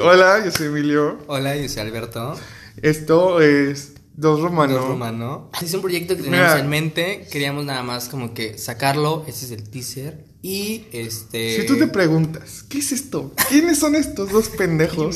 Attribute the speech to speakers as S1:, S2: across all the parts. S1: Hola, yo soy Emilio.
S2: Hola, yo soy Alberto.
S1: Esto es Dos Romanos.
S2: Dos Romano. Este Es un proyecto que teníamos
S1: Ah, Mira.
S2: en mente. Queríamos nada más como que sacarlo. Ese es el teaser. Y este.
S1: Si tú te preguntas, ¿qué es esto? ¿Quiénes son estos dos pendejos?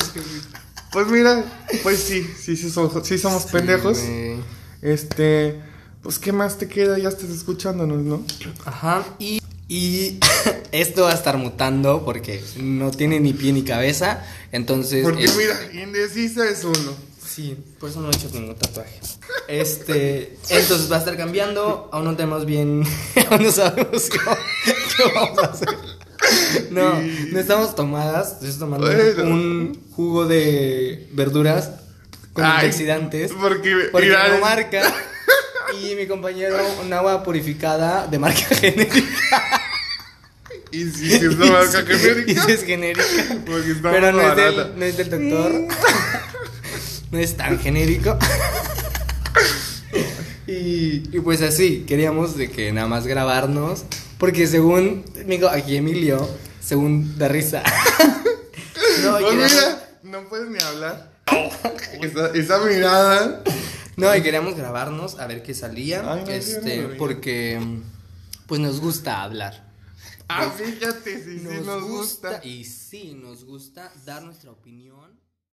S1: Pues mira, pues sí, sí, sí, so- sí somos pendejos.
S2: Eh,
S1: Este, pues ¿qué más te queda? Ya estás escuchándonos, ¿no?
S2: Ajá. Y. y esto va a estar mutando porque no tiene ni pie ni cabeza. Entonces. este,
S1: Porque
S2: es-
S1: mira, indecisa es uno.
S2: Sí, por eso no he hecho ningún tatuaje. Este, entonces va a estar cambiando. Aún no tenemos bien, aún no sabemos cómo, qué vamos a hacer. No, no estamos tomadas. Yo estoy tomando
S1: Bueno.
S2: un jugo de verduras con
S1: Ay,
S2: antioxidantes.
S1: porque-
S2: porque
S1: mira,
S2: no
S1: es-
S2: marca. Y mi compañero, un agua purificada de marca genérica.
S1: Y si sí, es una marca
S2: Y sí- y
S1: genérica.
S2: sí es genérica.
S1: Porque está
S2: Pero no
S1: muy
S2: es,
S1: barata.
S2: del, no es del doctor. no es tan genérico. y, y pues así, queríamos de que nada más grabarnos. Porque según, digo, aquí Emilio, según da risa. no, y
S1: Pues
S2: queríamos,
S1: mira, no puedes ni hablar. Esa, esa mirada.
S2: no, y queríamos grabarnos a ver qué salía.
S1: Ay, no, yo
S2: este,
S1: no lo vi.
S2: porque pues nos gusta hablar.
S1: Ah, fíjate, si sí, nos gusta.
S2: Y sí, nos gusta dar nuestra opinión.